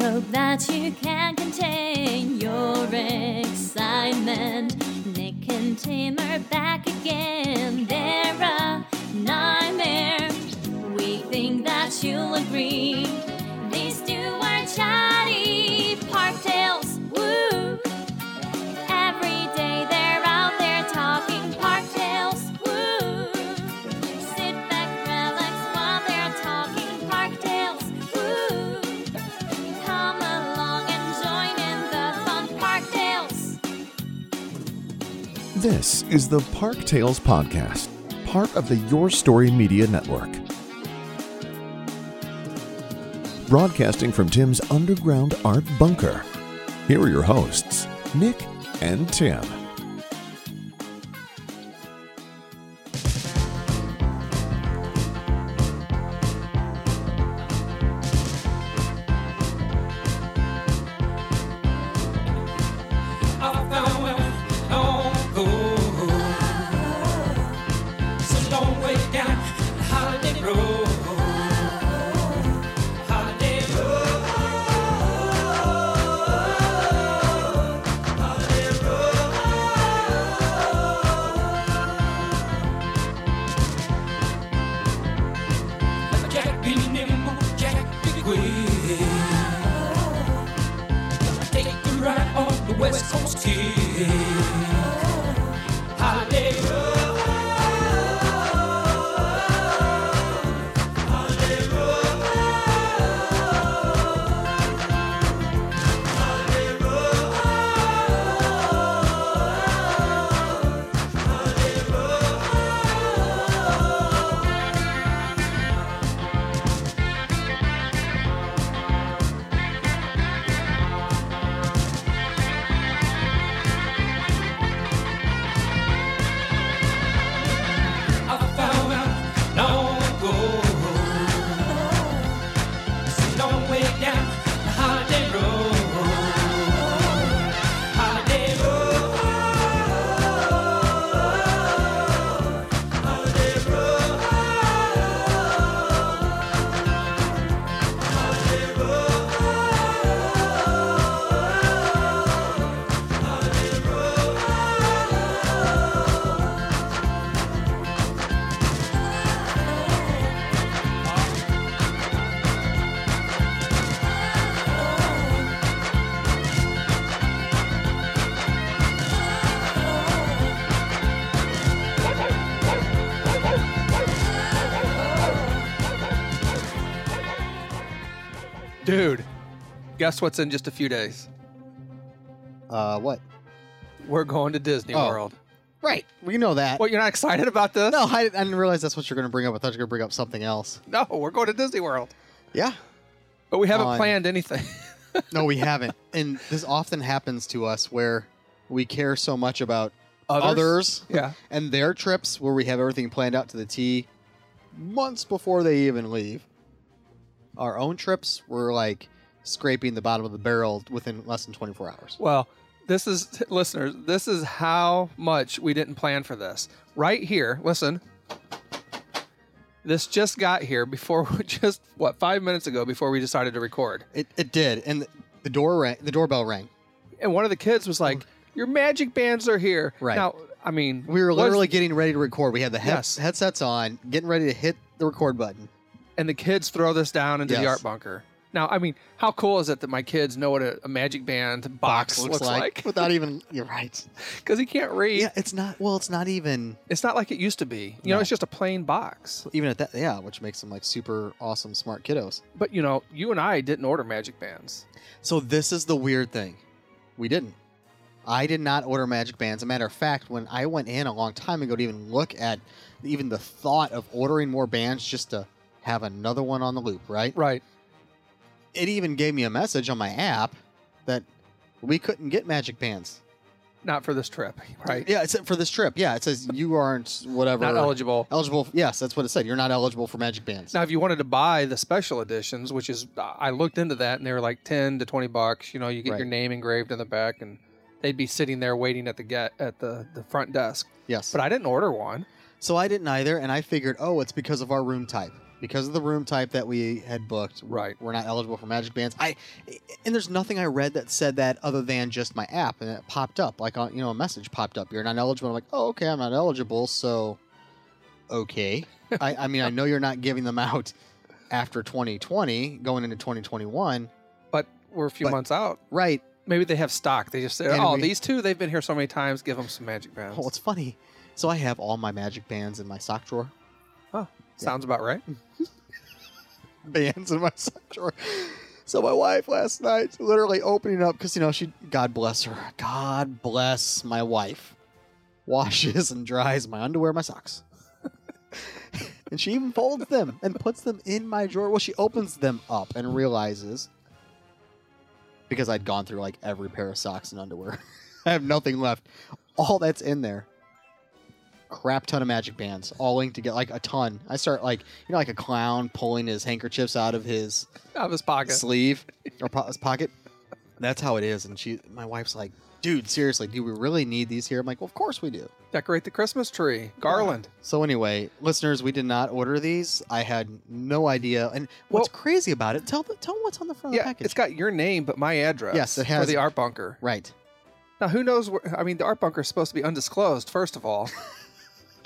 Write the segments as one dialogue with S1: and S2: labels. S1: Hope that you can contain your excitement. Nick and Tim are back again. They're a nightmare. We think that you'll agree. These two are chatty park tales. Woo! Every day they're out there talking park tales. Woo! Sit back, relax while they're talking park tales. Woo! Come along and join in the fun park tales.
S2: This is the Park Tales Podcast, part of the Your Story Media Network. Broadcasting from Tim's underground art bunker. Here are your hosts, Nick and Tim.
S3: Jack be nimble, Jack be quick. Take a ride on the West Coast Kid. Holiday Road. I found out long ago. It's a long way down the Holiday Road. Holiday Road.
S4: Dude, guess what's in just a few days?
S5: Uh, what?
S4: We're going to Disney
S5: Oh.
S4: World.
S5: Right. We know that.
S4: What, you're not excited about this?
S5: No, I, I didn't realize that's what you're going to bring up. I thought you were going to bring up something else.
S4: No, we're going to Disney World.
S5: Yeah.
S4: But we haven't
S5: On-
S4: planned anything.
S5: No, we haven't. and this often happens to us where we care so much about others,
S4: Yeah.
S5: and their trips where we have everything planned out to the T months before they even leave. Our own trips were like scraping the bottom of the barrel within less than 24 hours.
S4: Well, this is, listeners, this is how much we didn't plan for this. Right here, listen. This just got here before, just what, five minutes ago before we decided to record.
S5: It, it did. And the door rang, the doorbell rang.
S4: And one of the kids was like, Your magic bands are here.
S5: Mm. Right.
S4: Now, I mean,
S5: We were
S4: what is-
S5: literally getting ready to record. We had the head-
S4: Yes.
S5: headsets on, getting ready to hit the record button.
S4: and the kids throw this down into the
S5: Yes.
S4: art bunker. Now, I mean, how cool is it that my kids know what a, a magic band box, looks, like?
S5: without even you're right.
S4: Because he can't read.
S5: Yeah, it's not well, it's not even
S4: It's not like it used to be. You know,
S5: No.
S4: it's just a plain box.
S5: even at that yeah, which makes them like super awesome smart kiddos.
S4: But you know, you and I didn't order magic bands.
S5: So this is the weird thing. We didn't. I did not order magic bands. As a matter of fact, when I went in a long time ago to even look at even the thought of ordering more bands just to have another one on the loop, right?
S4: Right.
S5: It even gave me a message on my app that we couldn't get magic bands.
S4: Not for this trip. Right.
S5: Yeah, it's for this trip. Yeah, it says you aren't whatever
S4: Not eligible.
S5: eligible. Yes, that's what it said. You're not eligible for magic bands.
S4: Now, if you wanted to buy the special editions, which is I looked into that, and they were like ten to twenty bucks. You know, you get
S5: Right.
S4: your name engraved in the back, and they'd be sitting there waiting at the get at the the front desk.
S5: Yes.
S4: But I didn't order one.
S5: so I didn't either, and I figured, oh, it's because of our room type. because of the room type that we had booked.
S4: Right.
S5: We're not eligible for magic bands. I and there's nothing I read that said that other than just my app and it popped up like uh, you know a message popped up. You're not eligible. I'm like, oh okay, I'm not eligible. So okay. I, I mean, I know you're not giving them out after 2020, going into 2021,
S4: But we're a few
S5: But-
S4: months out.
S5: right?
S4: Maybe they have stock. They just say,
S5: And
S4: "Oh,
S5: we-
S4: these two, they've been here so many times. Give them some magic bands."
S5: Well, Oh, it's funny. So I have all my magic bands in my sock drawer.
S4: Sounds about right.
S5: Hmm. bands in my sock drawer. So my wife last night, literally opening up because you know she, God bless her, God bless my wife, washes and dries my underwear, my socks, and she even folds them and puts them in my drawer. Well, she opens them up and realizes because I'd gone through like every pair of socks and underwear, I have nothing left. All that's in there. Crap ton of magic bands, all linked together, like a ton. I start like you know, like a clown pulling his handkerchiefs out of his
S4: Out of his pocket.
S5: sleeve or po- his pocket. That's how it is. And she, my wife's like, dude, seriously, do we really need these here? I'm like, well, of course we do.
S4: Decorate the Christmas tree. Garland.
S5: So anyway, listeners, we did not order these. I had no idea. And what's
S4: Well-
S5: crazy about it? Tell the, tell 'em what's on the front
S4: Yeah,
S5: of the Oh, package.
S4: it's got your name, but my address.
S5: Yes, it
S4: For
S5: has-
S4: the art bunker.
S5: right.
S4: Now, who knows? Where, I mean, the art bunker is supposed to be undisclosed, first of all.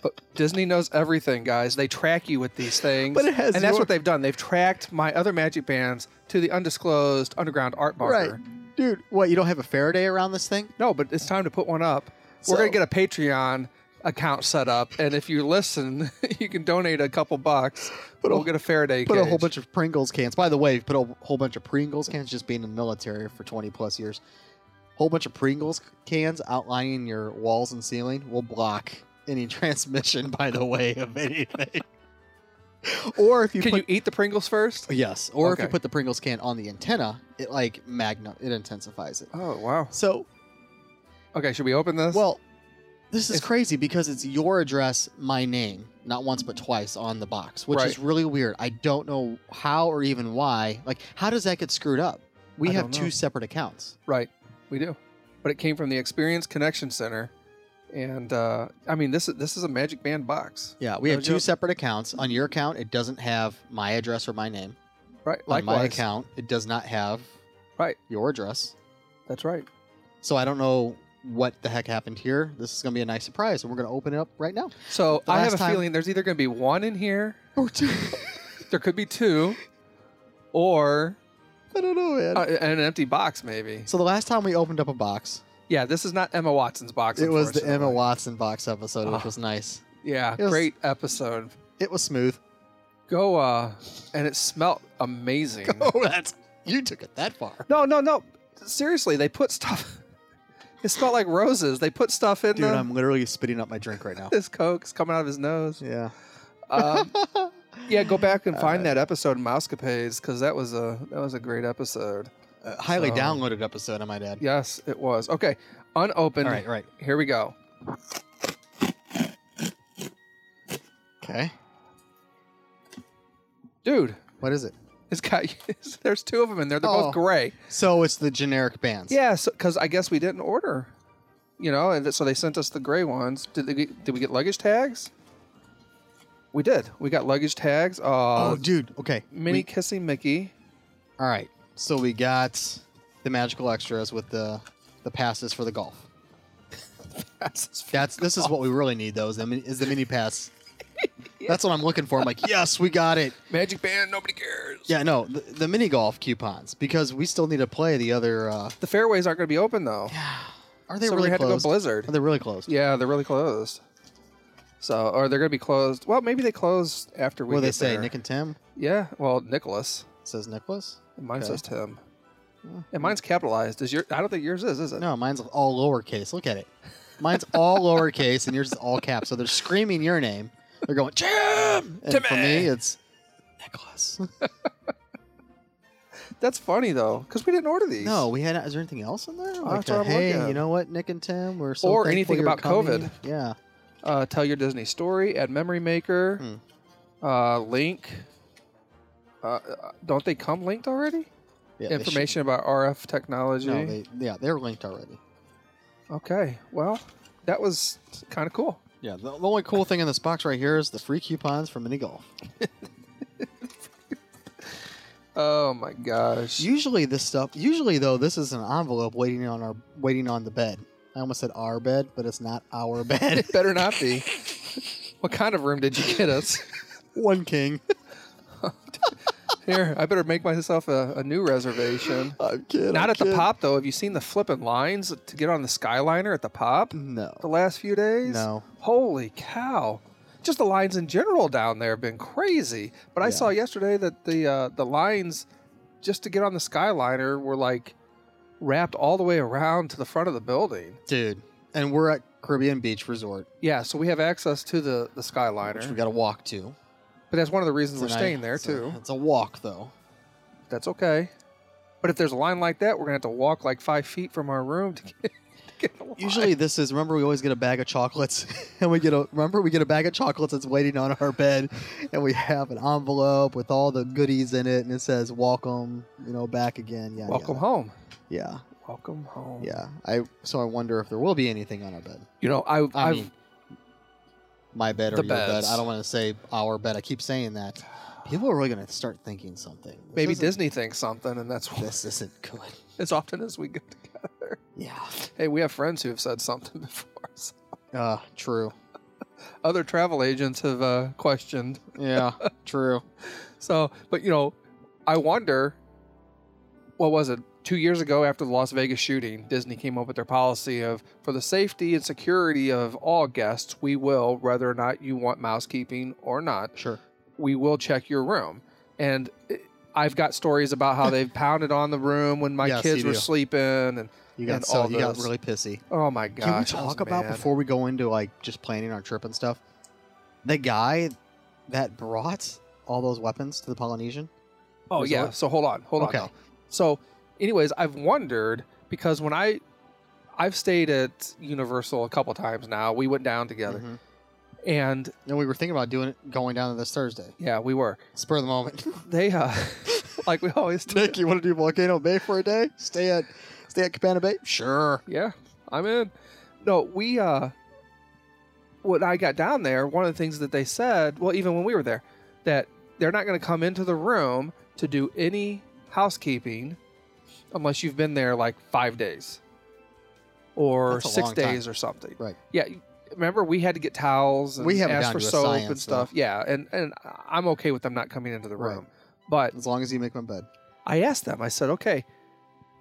S4: but Disney knows everything, guys. They track you with these things.
S5: But it has
S4: and that's
S5: your-
S4: what they've done. They've tracked my other magic bands to the undisclosed underground art bunker.
S5: Right. Dude, what? You don't have a Faraday around this thing?
S4: No, but it's time to put one up.
S5: So-
S4: We're gonna get a Patreon account set up, and if you listen, you can donate a couple bucks.
S5: Put a-
S4: we'll get a Faraday.
S5: Put a whole
S4: cage.
S5: bunch of Pringles cans. By the way, put a whole bunch of Pringles cans. Just being in the military for twenty plus years, whole bunch of Pringles cans outlining your walls and ceiling will block any transmission. By the way, of anything. or if you
S4: Can
S5: put
S4: you eat the Pringles first?
S5: yes, or if you
S4: Okay.
S5: put the Pringles can on the antenna, it like magna it intensifies it.
S4: Oh wow.
S5: So
S4: Okay, should we open this?
S5: well, this is
S4: It's-
S5: crazy because it's your address, my name, not once but twice on the box, which is
S4: Right.
S5: really weird. I don't know how or even why. Like, how does that get screwed up? We
S4: I
S5: have
S4: don't know.
S5: two separate accounts.
S4: right, we do. But it came from the Experience Connection Center, and uh, I mean this is this is a Magic Band box,
S5: Yeah, we
S4: No
S5: have two
S4: joke.
S5: separate accounts. On your account, it doesn't have my address or my name.
S4: right?
S5: On my account, it does not have
S4: Right.
S5: your address.
S4: That's right.
S5: So I don't know what the heck happened here. This is going to be a nice surprise, and we're going to open it up right now.
S4: So
S5: The
S4: I have
S5: last
S4: a
S5: time-
S4: feeling there's either gonna be one in here,
S5: Or two.
S4: there could be two, or
S5: I don't know, man.
S4: uh, an empty box maybe.
S5: So the last time we opened up a box,
S4: Yeah, this is not Emma Watson's box.
S5: it was the Emma
S4: unfortunately.
S5: Watson box episode, which
S4: Ah.
S5: was nice.
S4: Yeah,
S5: It was-
S4: great episode.
S5: It was smooth.
S4: Go uh and it smelled amazing.
S5: Oh, that's you took it that far.
S4: No, no, no. Seriously, they put stuff It smelled like roses. They put stuff in
S5: Dude,
S4: the
S5: I'm literally spitting up my drink right now.
S4: his coke is coming out of his nose.
S5: yeah. Uh,
S4: Um, yeah, go back and find
S5: Alright.
S4: that episode in Mousecapades because that was a that was a great episode.
S5: A Uh, highly
S4: So-
S5: downloaded episode, I might add.
S4: Yes, it was. Okay, unopened.
S5: All right, right.
S4: Here we go.
S5: Okay.
S4: Dude,
S5: What is it?
S4: it's got there's two of them in there. They're
S5: Oh.
S4: both gray.
S5: So it's the generic bands.
S4: Yeah, because I guess we didn't order, you know, and so they sent us the gray ones. Did they, did we get luggage tags? We did. We got luggage tags. Uh,
S5: Oh, dude. Okay.
S4: mini
S5: We-
S4: kissing Mickey.
S5: all right. So we got the magical extras with the the passes for the golf. That's this is what we really need though. Is the mini, is the mini pass? That's what I'm looking for. I'm like, yes, we got it.
S4: Magic band. Nobody cares.
S5: Yeah, no, the, the mini golf coupons because we still need to play the other. Uh,
S4: The fairways aren't going to be open though.
S5: are they
S4: So we
S5: really
S4: had to go
S5: closed?
S4: Blizzard.
S5: Are they really closed?
S4: Yeah, they're really closed. So, or they're going to be closed. Well, maybe they close after we.
S5: What do they
S4: get
S5: say?
S4: there.
S5: Nick and Tim
S4: yeah. Well, Nicholas.
S5: says Nicholas.
S4: And mine
S5: Okay. Hmm.
S4: says Tim. And mine's capitalized. Is your? I don't think yours is. Is it?
S5: No, mine's all lowercase. Look at it. Mine's all lowercase and yours is all caps. So they're screaming your name. They're going Jim. And for me, it's Nicholas.
S4: That's funny though, because we didn't order these.
S5: no, we had. Is there anything else in there? Like,
S4: that's what
S5: uh,
S4: I'm looking
S5: hey,
S4: at.
S5: you know what, Nick and Tim, we're so
S4: Or
S5: thankful
S4: anything
S5: you're
S4: about
S5: coming.
S4: COVID.
S5: Yeah.
S4: uh, tell your Disney story, add memory maker,
S5: Hmm.
S4: uh, link. Uh, don't they come linked already?
S5: yeah they should-
S4: Information about RF technology.
S5: No, they, yeah, they're linked already.
S4: okay, well, that was kind of cool.
S5: Yeah, the, the only cool thing in this box right here is the free coupons for mini golf.
S4: Oh my gosh.
S5: Usually this stuff. Usually though, this is an envelope waiting on our waiting on the bed. I almost said our bed, but it's not our bed.
S4: Better not be. what kind of room did you get us?
S5: One king.
S4: Here, I better make myself a, a new reservation.
S5: I'm kidding.
S4: Not
S5: I'm
S4: at the
S5: kidding.
S4: pop though. Have you seen the flipping lines to get on the Skyliner at the pop
S5: No.
S4: the last few days?
S5: Mm-hmm. No.
S4: Holy cow! Just the lines in general down there have been crazy. But I
S5: Yeah.
S4: saw yesterday that the uh, the lines just to get on the Skyliner were like wrapped all the way around to the front of the building.
S5: Dude. And we're at Caribbean Beach Resort,
S4: Yeah, so we have access to the the
S5: which
S4: Skyliner.
S5: we got to walk to.
S4: but that's one of the reasons we're
S5: It's an-
S4: staying there
S5: it's a-
S4: too.
S5: it's a walk though.
S4: That's okay. But if there's a line like that, we're gonna have to walk like five feet from our room to get. to get in the line.
S5: Usually this is remember we always get a bag of chocolates and we get a remember we get a bag of chocolates that's waiting on our bed and we have an envelope with all the goodies in it and it says welcome, you know, back again. Yeah.
S4: welcome home.
S5: Yeah.
S4: Welcome home.
S5: Yeah. I so I wonder if there will be anything on our bed.
S4: You know, I,
S5: I
S4: I've
S5: mean my bed or
S4: The
S5: your bed.
S4: beds.
S5: I don't want to say our bed. I keep saying that. People are really gonna start thinking something. This
S4: maybe
S5: isn't-
S4: Disney thinks something, and that's why
S5: this isn't good.
S4: as often as we get together.
S5: Yeah.
S4: Hey, we have friends who have said something before. us.
S5: Uh true.
S4: Other travel agents have uh, questioned.
S5: Yeah, true.
S4: So, but you know, I wonder. What was it? Two years ago, after the Las Vegas shooting, Disney came up with their policy of for the safety and security of all guests, we will, whether or not you want mouse keeping or not,
S5: Sure.
S4: we will check your room. And it- I've got stories about how they've pounded on the room when my
S5: Yes,
S4: kids
S5: you
S4: were
S5: do.
S4: sleeping, and
S5: You got
S4: And
S5: so
S4: all
S5: you got
S4: those.
S5: really pissy.
S4: oh my gosh,
S5: Can we
S4: I was
S5: talk about
S4: mad.
S5: before we go into like just planning our trip and stuff? The guy that brought all those weapons to the Polynesian.
S4: Oh
S5: Resort?
S4: yeah. So hold on, hold
S5: okay.
S4: on. though. So, anyways, I've wondered because when I I've stayed at Universal a couple times now. We went down together,
S5: Mhm.
S4: and
S5: And we were thinking about doing it, going down this Thursday.
S4: yeah, we were.
S5: Spur of the moment.
S4: They uh, like we always do.
S5: Nick, you want to do Volcano Bay for a day? Stay at stay at Cabana Bay. Sure.
S4: Yeah, I'm in. No, we uh when I got down there, one of the things that they said, well, even when we were there, that they're not going to come into the room to do any housekeeping unless you've been there like five days or
S5: That's a
S4: six
S5: long time.
S4: days or something.
S5: Right.
S4: Yeah. Remember, we had to get towels and
S5: We have it
S4: ask
S5: down
S4: for
S5: to a
S4: soap and
S5: science,
S4: stuff. Yeah, and and I'm okay with them not coming into the
S5: Right.
S4: room, but
S5: As long as you make my bed.
S4: I asked them, I said, okay,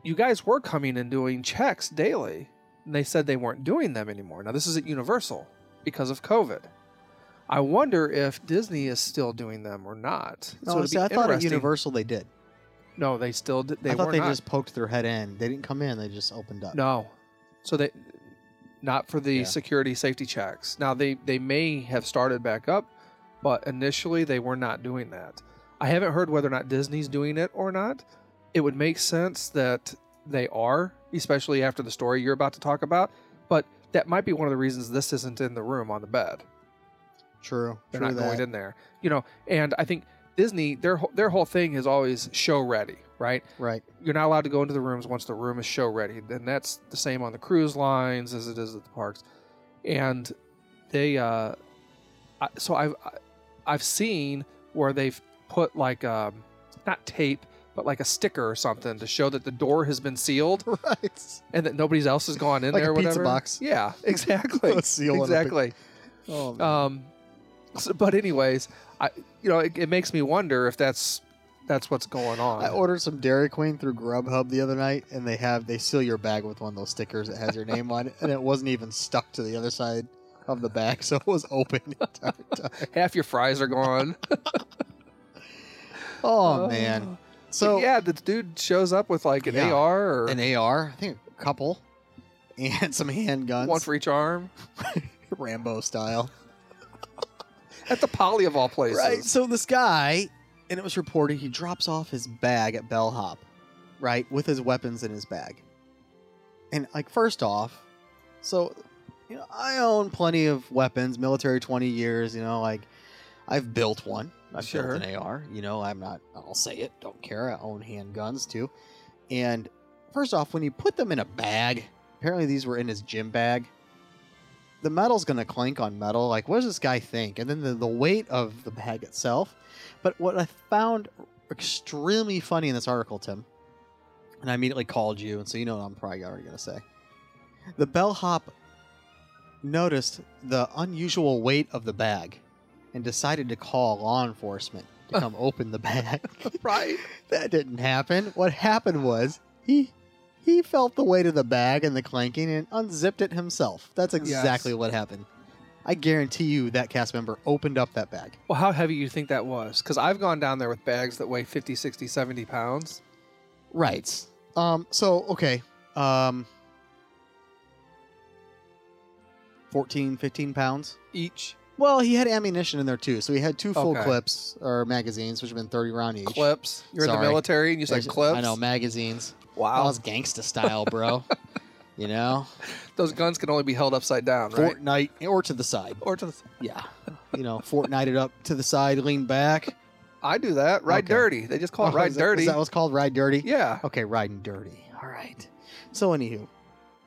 S4: you guys were coming and doing checks daily. And they said they weren't doing them anymore. Now, this is at Universal because of COVID. I wonder if Disney is still doing them or not.
S5: No,
S4: it'll
S5: see,
S4: be
S5: I thought at
S4: interesting-
S5: Universal they did.
S4: No, they still did. They
S5: I thought
S4: were
S5: they
S4: not.
S5: just poked their head in. They didn't come in. They just opened up.
S4: No. So they not for the
S5: Yeah.
S4: security safety checks. Now they they may have started back up, but initially they were not doing that. I haven't heard whether or not Disney's doing it or not. It would make sense that they are, especially after the story you're about to talk about, but that might be one of the reasons this isn't in the room on the bed.
S5: True.
S4: They're
S5: True
S4: not
S5: that.
S4: going in there. You know, and I think Disney their whole- their whole thing is always show ready, right?
S5: Right.
S4: you're not allowed to go into the rooms once the room is show ready. And that's the same on the cruise lines as it is at the parks. And they, uh, I, so I've I- I've seen where they've put like um, not tape, but like a sticker or something to show that the door has been sealed
S5: Right.
S4: and that nobody else has gone in
S5: Like a
S4: there. or
S5: pizza
S4: whatever.
S5: box.
S4: Yeah, exactly.
S5: A seal and a pic-
S4: exactly.
S5: Oh, man.
S4: Um, so- but anyways, I you know it, it makes me wonder if that's that's what's going on.
S5: I ordered some Dairy Queen through Grubhub the other night, and they have they seal your bag with one of those stickers that has your name on it, and it wasn't even stuck to the other side of the bag, so it was open Oh, the entire time.
S4: Half your fries are gone.
S5: Oh, man! So
S4: yeah, the dude shows up with like an
S5: Yeah.
S4: AR or
S5: an AR, I think a couple, and some handguns,
S4: one for each arm
S5: Rambo style.
S4: at the poly of all places.
S5: Right. So this guy, and it was reported he drops off his bag at Bellhop, right, with his weapons in his bag. And like first off, so you know, I own plenty of weapons, military 20 years, you know, like I've built one. I've
S4: Sure.
S5: built an AR, you know, I'm not I'll say it, don't care. I own handguns too. And first off, when you put them in a bag, apparently these were in his gym bag. The metal's gonna clank on metal. Like, what does this guy think? And then the, the weight of the bag itself. But what I found extremely funny in this article, Tim. And I immediately called you, and so you know what I'm probably already going to say. The bellhop noticed the unusual weight of the bag and decided to call law enforcement to come open the bag.
S4: Right.
S5: that didn't happen. What happened was he he felt the weight of the bag and the clanking and unzipped it himself. That's exactly what happened. I guarantee you that cast member opened up that bag.
S4: Well, how heavy you think that was? Because I've gone down there with bags that weigh 50, 60, 70 pounds.
S5: Right. Um so okay. Um 14 15 pounds.
S4: Each
S5: Well, he had ammunition in there too. So he had two full
S4: Okay.
S5: clips or magazines which have been 30 round each.
S4: clips. You're in
S5: Sorry.
S4: the military and you said
S5: There's-
S4: clips.
S5: I know magazines. I
S4: Wow.
S5: was gangsta style, bro. you know,
S4: Those guns can only be held upside down, right?
S5: Fortnite or to the side.
S4: Or to the
S5: Yeah, you know, Fortnite it up to the side, lean back.
S4: I do that. Ride
S5: Okay.
S4: dirty. They just call it
S5: Oh,
S4: ride
S5: is that-
S4: dirty.
S5: Is that what's called ride dirty?
S4: yeah.
S5: Okay, riding dirty. All right. So anywho,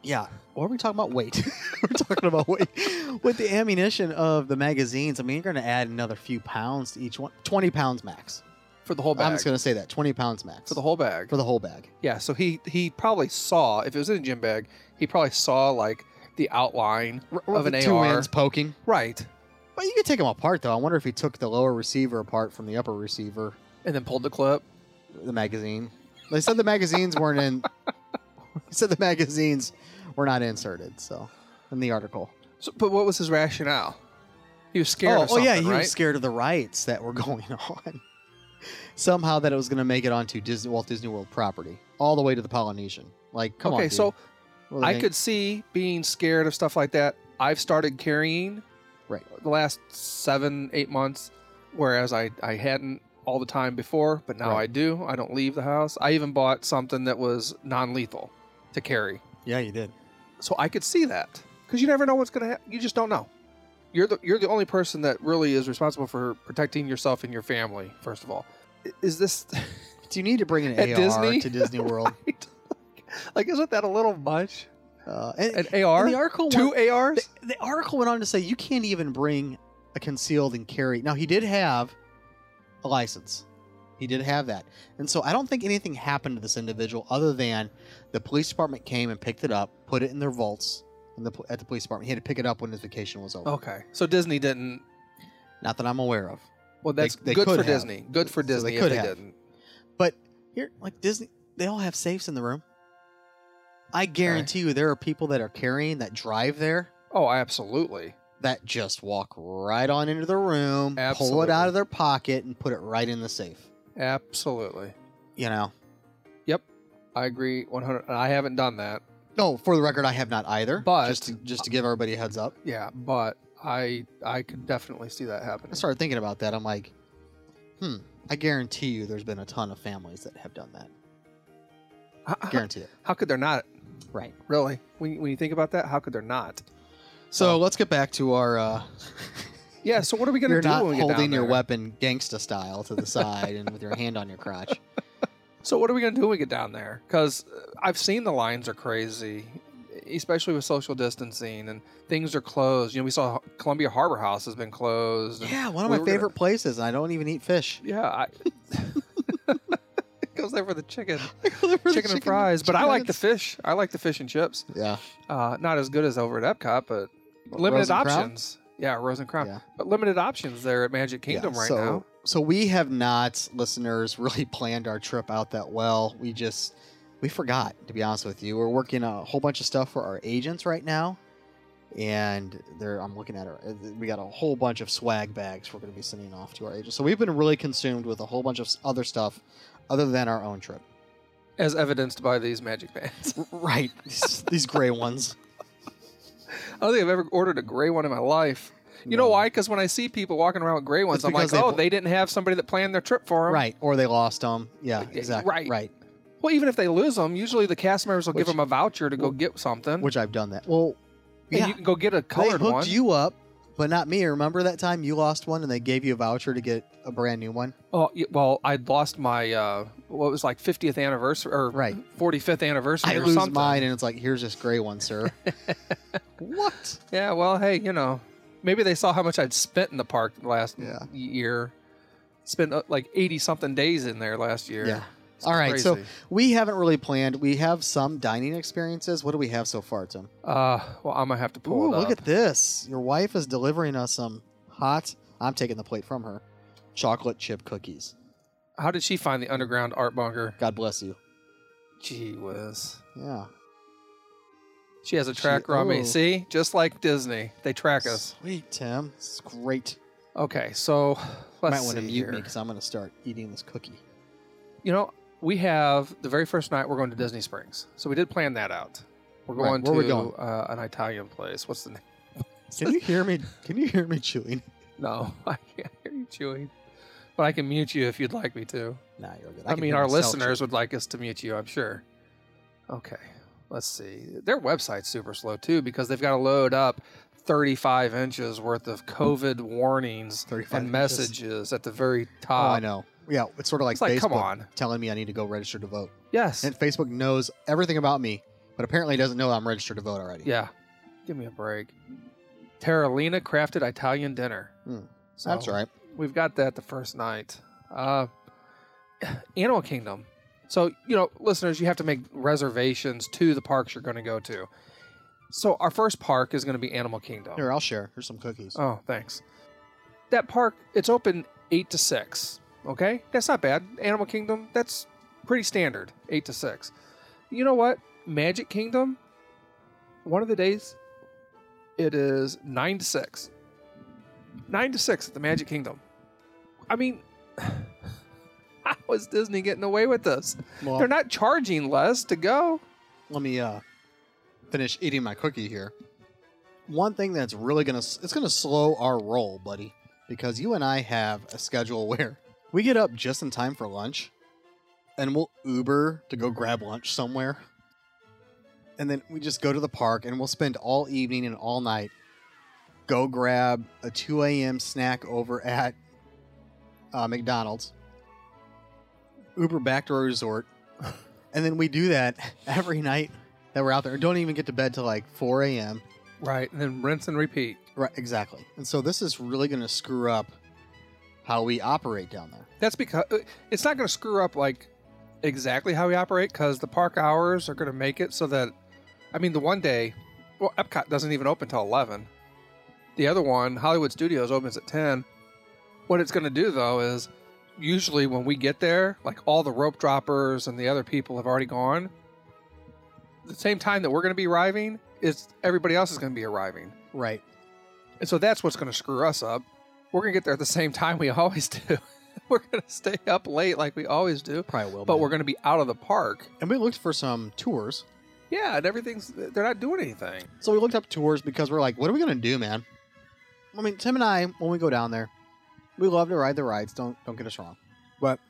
S5: yeah. What are we talking about? Weight. We're talking about weight. With the ammunition of the magazines, I mean, you're going to add another few pounds to each one. Twenty pounds max.
S4: For the whole bag.
S5: I'm just going to say that. Twenty pounds max
S4: For the whole bag.
S5: for the whole bag.
S4: yeah. So he he probably saw if it was in a gym bag, he probably saw like the outline of
S5: With
S4: an
S5: the two
S4: AR.
S5: ends poking.
S4: Right.
S5: Well, you could take them apart though. I wonder if he took the lower receiver apart from the upper receiver,
S4: And then pulled the clip.
S5: the magazine. They said the magazines weren't in. They said the magazines were not inserted. So, in the article.
S4: So, but what was his rationale? He was scared.
S5: oh,
S4: of
S5: oh
S4: something,
S5: yeah, he
S4: right?
S5: was scared of the riots that were going on. Somehow that it was going to make it onto Disney Walt Disney World property, all the way to the Polynesian. Like, come on.
S4: okay,
S5: dude.
S4: so
S5: What do you
S4: I
S5: think?
S4: could see being scared of stuff like that. I've started carrying
S5: Right.
S4: the last seven, eight months, whereas I, I hadn't all the time before, but now
S5: Right.
S4: I do. I don't leave the house. I even bought something that was non lethal to carry.
S5: Yeah, you did.
S4: So I could see that because you never know what's going to happen. You just don't know. You're the, you're the only person that really is responsible for protecting yourself and your family, first of all. I- Is this
S5: Do you need to bring an
S4: At
S5: AR
S4: Disney?
S5: to Disney World?
S4: right? like, isn't that a little much?
S5: Uh, and,
S4: An
S5: and
S4: AR?
S5: the article went-
S4: Two ARs?
S5: The, the article went on to say you can't even bring a concealed and carry. Now he did have a license. He did have that. And so I don't think anything happened to this individual other than the police department came and picked it up, put it in their vaults in the, pol- at the police department. He had to pick it up when his vacation was over.
S4: okay. So Disney didn't
S5: Not that I'm aware of.
S4: Well,
S5: They-
S4: that's
S5: they
S4: good for
S5: could have.
S4: Disney. Good for
S5: So they
S4: Disney if
S5: could
S4: they
S5: have.
S4: didn't.
S5: But here, like Disney, they all have safes in the room. I guarantee you there are people that are carrying that drive there
S4: Oh, absolutely.
S5: that just walk right on into the room, pull it
S4: Absolutely.
S5: out of their pocket, and put it right in the safe.
S4: Absolutely.
S5: You know.
S4: Yep. I agree 100. and I haven't done that.
S5: No, for the record, I have not either.
S4: But-
S5: just to, just to give everybody a heads up,
S4: Yeah, but I I could definitely see that
S5: I
S4: happening.
S5: started thinking about that. I'm like, hmm. I guarantee you, there's been a ton of families that have done that.
S4: Uh-huh. How, how,
S5: Guarantee it.
S4: how could there not?
S5: Right.
S4: Really? When, when you think about that, how could there not?
S5: So let's get back to our. Uh,
S4: Yeah, so what are we going to
S5: you're
S4: do
S5: not
S4: when we get down
S5: holding your
S4: there?
S5: weapon gangsta style to the side and with your hand on your crotch.
S4: So what are we going to do when we get down there? Because I've seen the lines are crazy, especially with social distancing and things are closed. You know, we saw Columbia Harbor House has been closed. and
S5: Yeah, one of
S4: we
S5: my
S4: were gonna-
S5: favorite places. And I don't even eat fish.
S4: Yeah, I it goes there for the chicken,
S5: chicken,
S4: chicken and fries. But I
S5: chicken
S4: like the
S5: nuggets.
S4: fish. I like the fish and chips.
S5: Yeah.
S4: Uh, not as good as over at Epcot, but
S5: What,
S4: limited
S5: Rose and Crown?
S4: options. Yeah, Rose and Crown.
S5: Yeah.
S4: But limited options there at Magic Kingdom right
S5: so,
S4: now.
S5: So we have not, listeners, really planned our trip out that well. We just we forgot, to be honest with you. We're working a whole bunch of stuff for our agents right now, and there I'm looking at her. We got a whole bunch of swag bags we're going to be sending off to our agents. So we've been really consumed with a whole bunch of s- other stuff other than our own trip.
S4: As evidenced by these magic bands.
S5: Right, these, these gray ones.
S4: I don't think I've ever ordered a gray one in my life. You know
S5: No.
S4: why? Because when I see people walking around with gray ones,
S5: It's
S4: I'm like,
S5: because they
S4: oh,
S5: bl-
S4: they didn't have somebody that planned their trip for them.
S5: Right, or they lost them. Yeah, exactly.
S4: right.
S5: right.
S4: Well, even if they lose them, usually the cast members will give
S5: Which-
S4: them a voucher to go get something.
S5: Which I've done that. Well,
S4: and
S5: yeah.
S4: you can go get a
S5: they
S4: colored
S5: hooked
S4: one.
S5: you up, but not me. Remember that time you lost one and they gave you a voucher to get a brand new one?
S4: Oh y- well, I'd lost my uh, what was like 50th anniversary or
S5: Right.
S4: 45th anniversary
S5: I
S4: or
S5: lose
S4: something.
S5: mine, and it's like, here's this gray one, sir. what?
S4: Yeah, well, hey, you know, maybe they saw how much I'd spent in the park last
S5: Yeah.
S4: y- year. spent uh, like 80 something days in there last year.
S5: Yeah.
S4: It's
S5: All right, so
S4: crazy.
S5: we haven't really planned. We have some dining experiences. What do we have so far, Tim?
S4: Uh, well, I'm gonna have to pull
S5: Ooh,
S4: it up.
S5: look at this. Your wife is delivering us some hot, I'm taking the plate from her, chocolate chip cookies.
S4: How did she find the underground art bunker?
S5: God bless you.
S4: Gee whiz.
S5: Yeah.
S4: She has a
S5: She-
S4: tracker on
S5: oh.
S4: me. See, just like Disney, they track us.
S5: Sweet, Tim. This is great.
S4: Okay, so
S5: You
S4: let's
S5: might want to
S4: see
S5: mute
S4: here.
S5: me because I'm going to start eating this cookie.
S4: You know, we have the very first night we're going to Disney Springs, so we did plan that out. We're
S5: Right,
S4: going
S5: where
S4: to
S5: we going?
S4: Uh, an Italian place. What's the name?
S5: Can you hear me? Can you hear me chewing?
S4: No, I can't hear you chewing, but I can mute you if you'd like me to.
S5: Nah, you're good.
S4: I,
S5: can
S4: mean,
S5: hear
S4: our
S5: myself
S4: listeners would like us to mute you, I'm sure. Okay, let's see. Their website's super slow too because they've got to load up 35 inches worth of COVID warnings
S5: 35
S4: and
S5: inches.
S4: messages at the very
S5: chewing. Oh,
S4: top.
S5: I know. Yeah, it's sort of like,
S4: uh, It's like, come
S5: Facebook
S4: on.
S5: telling me I need to go register to vote.
S4: Yes.
S5: And Facebook knows everything about me, but apparently doesn't know I'm registered to vote already.
S4: yeah. Give me a break. Terralina crafted Italian dinner.
S5: Hmm.
S4: So
S5: That's all right.
S4: We've got that the first night. Uh, Animal Kingdom. So, you know, listeners, you have to make reservations to the parks you're going to go to. So, our first park is going to be Animal Kingdom.
S5: Here, I'll share. Here's some cookies.
S4: Oh, thanks. That park, it's open 8 to 6. Okay? That's not bad. Animal Kingdom, that's pretty standard, 8 to 6. You know what? Magic Kingdom, one of the days, it is 9 to 6. 9 to 6 at the Magic Kingdom. I mean, how is Disney getting away with this?
S5: Well,
S4: They're not charging less to go.
S5: let me uh, finish eating my cookie here. One thing that's really gonna it's gonna slow our roll, buddy, because you and I have a schedule where we get up just in time for lunch, and we'll Uber to go grab lunch somewhere, and then we just go to the park and we'll spend all evening and all night go grab a 2 a.m. snack over at uh, McDonald's, Uber back to our resort, and then we do that every night that we're out there. Don't even get to bed till like 4 a.m.
S4: Right, and then rinse and repeat.
S5: Right, exactly. And so this is really going to screw up how we operate down there.
S4: That's because it's not going to screw up like exactly how we operate because the park hours are going to make it so that I mean the one day, well, Epcot doesn't even open till eleven. The other one, Hollywood Studios, opens at ten. What it's going to do though is usually when we get there, like all the rope droppers and the other people have already gone. The same time that we're going to be arriving is everybody else is going to be arriving,
S5: Right.
S4: and so that's what's going to screw us up. We're going to get there at the same time we always do. we're going to stay up late like we always do,
S5: Probably will.
S4: but we're going to be out of the park.
S5: and we looked for some tours.
S4: Yeah, and everything's they're not doing anything.
S5: So we looked up tours because we're like, what are we going to do, man? I mean, Tim and I, when we go down there, we love to ride the rides. Don't don't get us wrong, but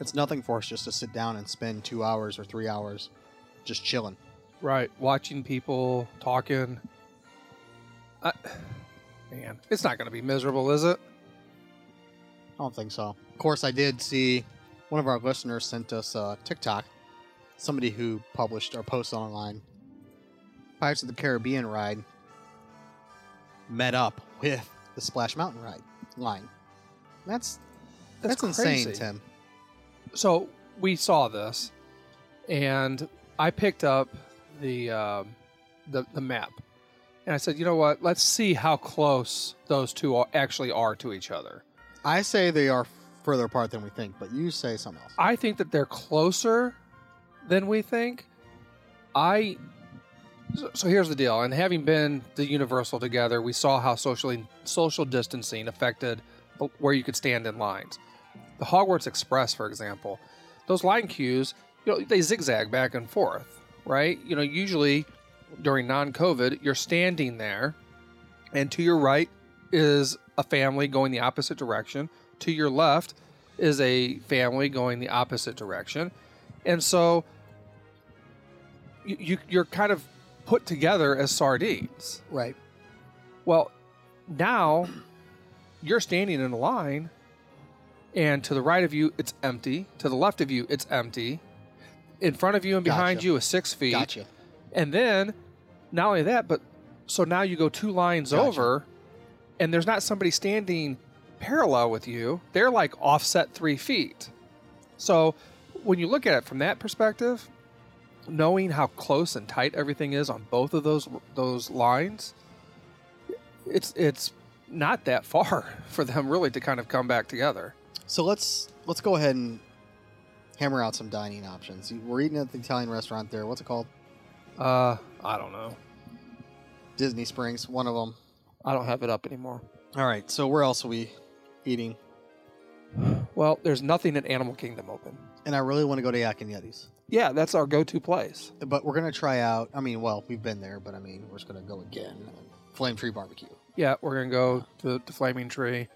S5: it's nothing for us just to sit down and spend two hours or three hours just chilling.
S4: Right, watching people talking. I, man, it's not going to be miserable, is it?
S5: I don't think so. Of course, I did see one of our listeners sent us a TikTok. Somebody who published or posted online Pirates of the Caribbean ride met up with the Splash Mountain ride line. That's that's, insane,
S4: crazy.
S5: Tim.
S4: So we saw this, and I picked up the um, the, the map, and I said, you know what? Let's see how close those two are, actually are to each other.
S5: I say they are further apart than we think, but you say something else.
S4: I think that they're closer than we think. I so- so here's the deal. And having been the Universal together, we saw how socially social distancing affected where you could stand in lines. The Hogwarts Express, for example, those line queues, you know, they zigzag back and forth, right? You know, usually during non-COVID, you're standing there, and to your right is a family going the opposite direction. To your left is a family going the opposite direction. And so you, you, you're kind of put together as sardines.
S5: right.
S4: Well, now you're standing in a line, and to the right of you, it's empty. To the left of you, it's empty. In front of you and behind
S5: Gotcha.
S4: you is six feet.
S5: Gotcha.
S4: And then not only that, but so now you go two lines
S5: Gotcha.
S4: over and there's not somebody standing parallel with you. They're like offset three feet. So when you look at it from that perspective, knowing how close and tight everything is on both of those those lines, it's it's not that far for them really to kind of come back together.
S5: So let's let's go ahead and hammer out some dining options. You- We're eating at the Italian restaurant there. What's it called?
S4: Uh, I don't know.
S5: Disney Springs, one of them.
S4: I don't have it up anymore.
S5: All right. So where else are we eating?
S4: Well, there's nothing in Animal Kingdom open.
S5: And I really want to go to Yak and Yeti's.
S4: Yeah, that's our go-to place.
S5: But we're gonna try out. I mean, well, we've been there, but I mean, we're just gonna go again. Flame Tree Barbecue.
S4: Yeah, we're gonna go to the Flaming Tree.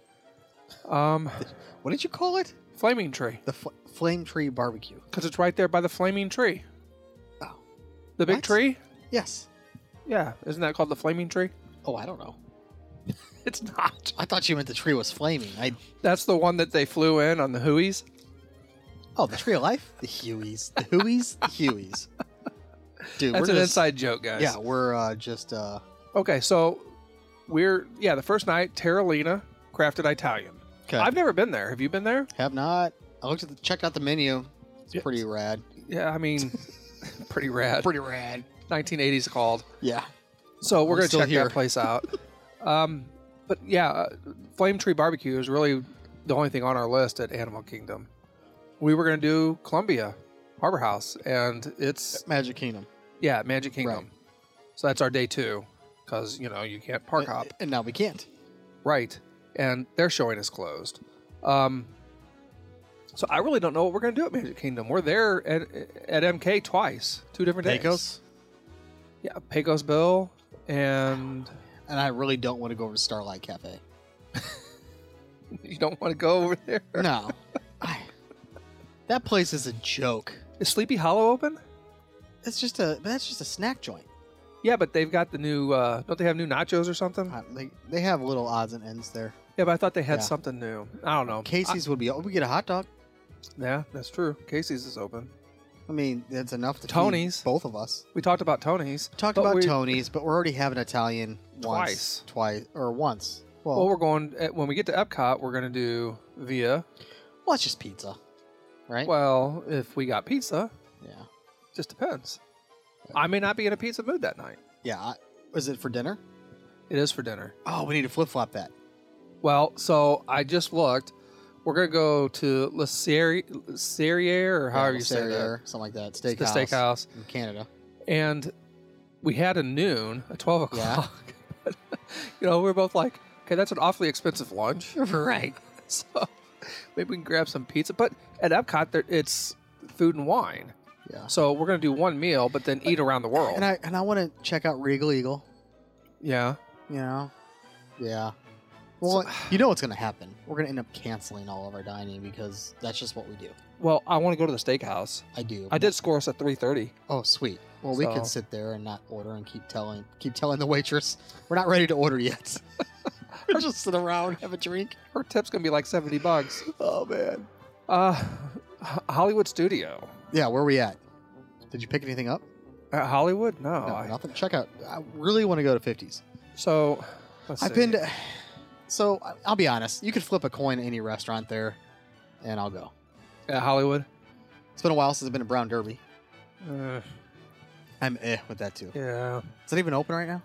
S4: Um,
S5: What did you call it?
S4: Flaming Tree,
S5: The fl- Flame Tree Barbecue.
S4: because it's right there by the Flaming Tree.
S5: Oh.
S4: the big
S5: What?
S4: tree.
S5: Yes.
S4: Yeah, isn't that called the Flaming Tree?
S5: Oh, I don't know.
S4: It's not.
S5: I thought you meant the tree was flaming. I
S4: That's the one that they flew in on the Hueys.
S5: oh, the tree of life. The Hueys. The Hueys. The Hueys. Dude,
S4: That's
S5: we're
S4: an
S5: just,
S4: inside joke, guys.
S5: Yeah, we're uh, just uh,
S4: Okay, so we're yeah the first night Terralina crafted Italian.
S5: okay.
S4: I've never been there. Have you been there?
S5: Have not. I looked at the checked out the menu. It's
S4: Yeah.
S5: pretty rad.
S4: Yeah, I mean, pretty rad.
S5: Pretty rad.
S4: 1980s called.
S5: Yeah.
S4: So we're
S5: I'm
S4: gonna
S5: still
S4: check
S5: here.
S4: that place out. um, but yeah, uh, Flame Tree Barbecue is really the only thing on our list at Animal Kingdom. We were gonna do Columbia Harbor House, and it's
S5: Magic Kingdom.
S4: yeah Magic Kingdom.
S5: Right.
S4: So that's our day two, because you know you can't park hop.
S5: And now we can't.
S4: Right. And their showing is closed. Um, so I really don't know what we're going to do at Magic Kingdom. We're there at, at MK twice, two different days.
S5: Pecos.
S4: Yeah, Pecos Bill. And
S5: And I really don't want to go over to Starlight Cafe.
S4: you don't want to go over there.
S5: No. I, that place is a joke.
S4: Is Sleepy Hollow open?
S5: That's just a that's just a snack joint.
S4: Yeah, but they've got the new, uh, don't they have new nachos or something?
S5: Uh, They, they have little odds and ends there.
S4: Yeah, but I thought they had
S5: Yeah.
S4: something new. I don't know.
S5: Casey's would be. Oh, we get a hot dog.
S4: I- yeah, that's true. Casey's is open.
S5: I mean, that's enough to feed
S4: Tony's.
S5: both of us.
S4: We talked about Tony's.
S5: Talked
S4: but
S5: about
S4: we-
S5: Tony's, but we're already having Italian once,
S4: Twice.
S5: twice, or once. Well,
S4: Well, we're going, at, when we get to Epcot, we're going to do Via.
S5: well, it's just pizza, right?
S4: Well, if we got pizza,
S5: yeah,
S4: Just depends. I may not be in a pizza mood that night.
S5: yeah. I, is it for dinner?
S4: It is for dinner.
S5: Oh, we need to flip flop that.
S4: Well, so I just looked. We're gonna go to La Serriere, Serriere or however
S5: Yeah,
S4: you say that.
S5: Serriere, something like that.
S4: It's
S5: Steakhouse.
S4: The steakhouse.
S5: in Canada.
S4: And we had a noon, a twelve o'clock. you know, we were both like, okay, that's an awfully expensive lunch.
S5: right.
S4: so maybe we can grab some pizza. But at Epcot, there, it's food and wine.
S5: Yeah.
S4: So we're gonna do one meal, but then eat around the world.
S5: And I and I want to check out Regal Eagle.
S4: yeah.
S5: You know. Yeah. Well,
S4: So-
S5: you know what's going to happen. We're going to end up canceling all of our dining because that's just what we do.
S4: Well, I want to go to the steakhouse.
S5: I do.
S4: I did score us at three thirty.
S5: Oh, sweet. Well, we
S4: So-
S5: can sit there and not order and keep telling keep telling the waitress we're not ready to order yet. We'll just sit around have a drink.
S4: Her tip's gonna be like seventy bucks.
S5: Oh man.
S4: Uh, H- Hollywood Studio.
S5: Yeah, where we at? Did you pick anything up?
S4: At Hollywood? No.
S5: no,
S4: Oh, I-
S5: nothing. Check out. I really want to go to 50s.
S4: so let's
S5: I've
S4: see.
S5: been to. So I- I'll be honest. You could flip a coin at any restaurant there, and I'll go.
S4: at Hollywood.
S5: It's been a while since I've been to Brown Derby.
S4: Uh,
S5: I'm eh with that too.
S4: yeah.
S5: Is that even open right now?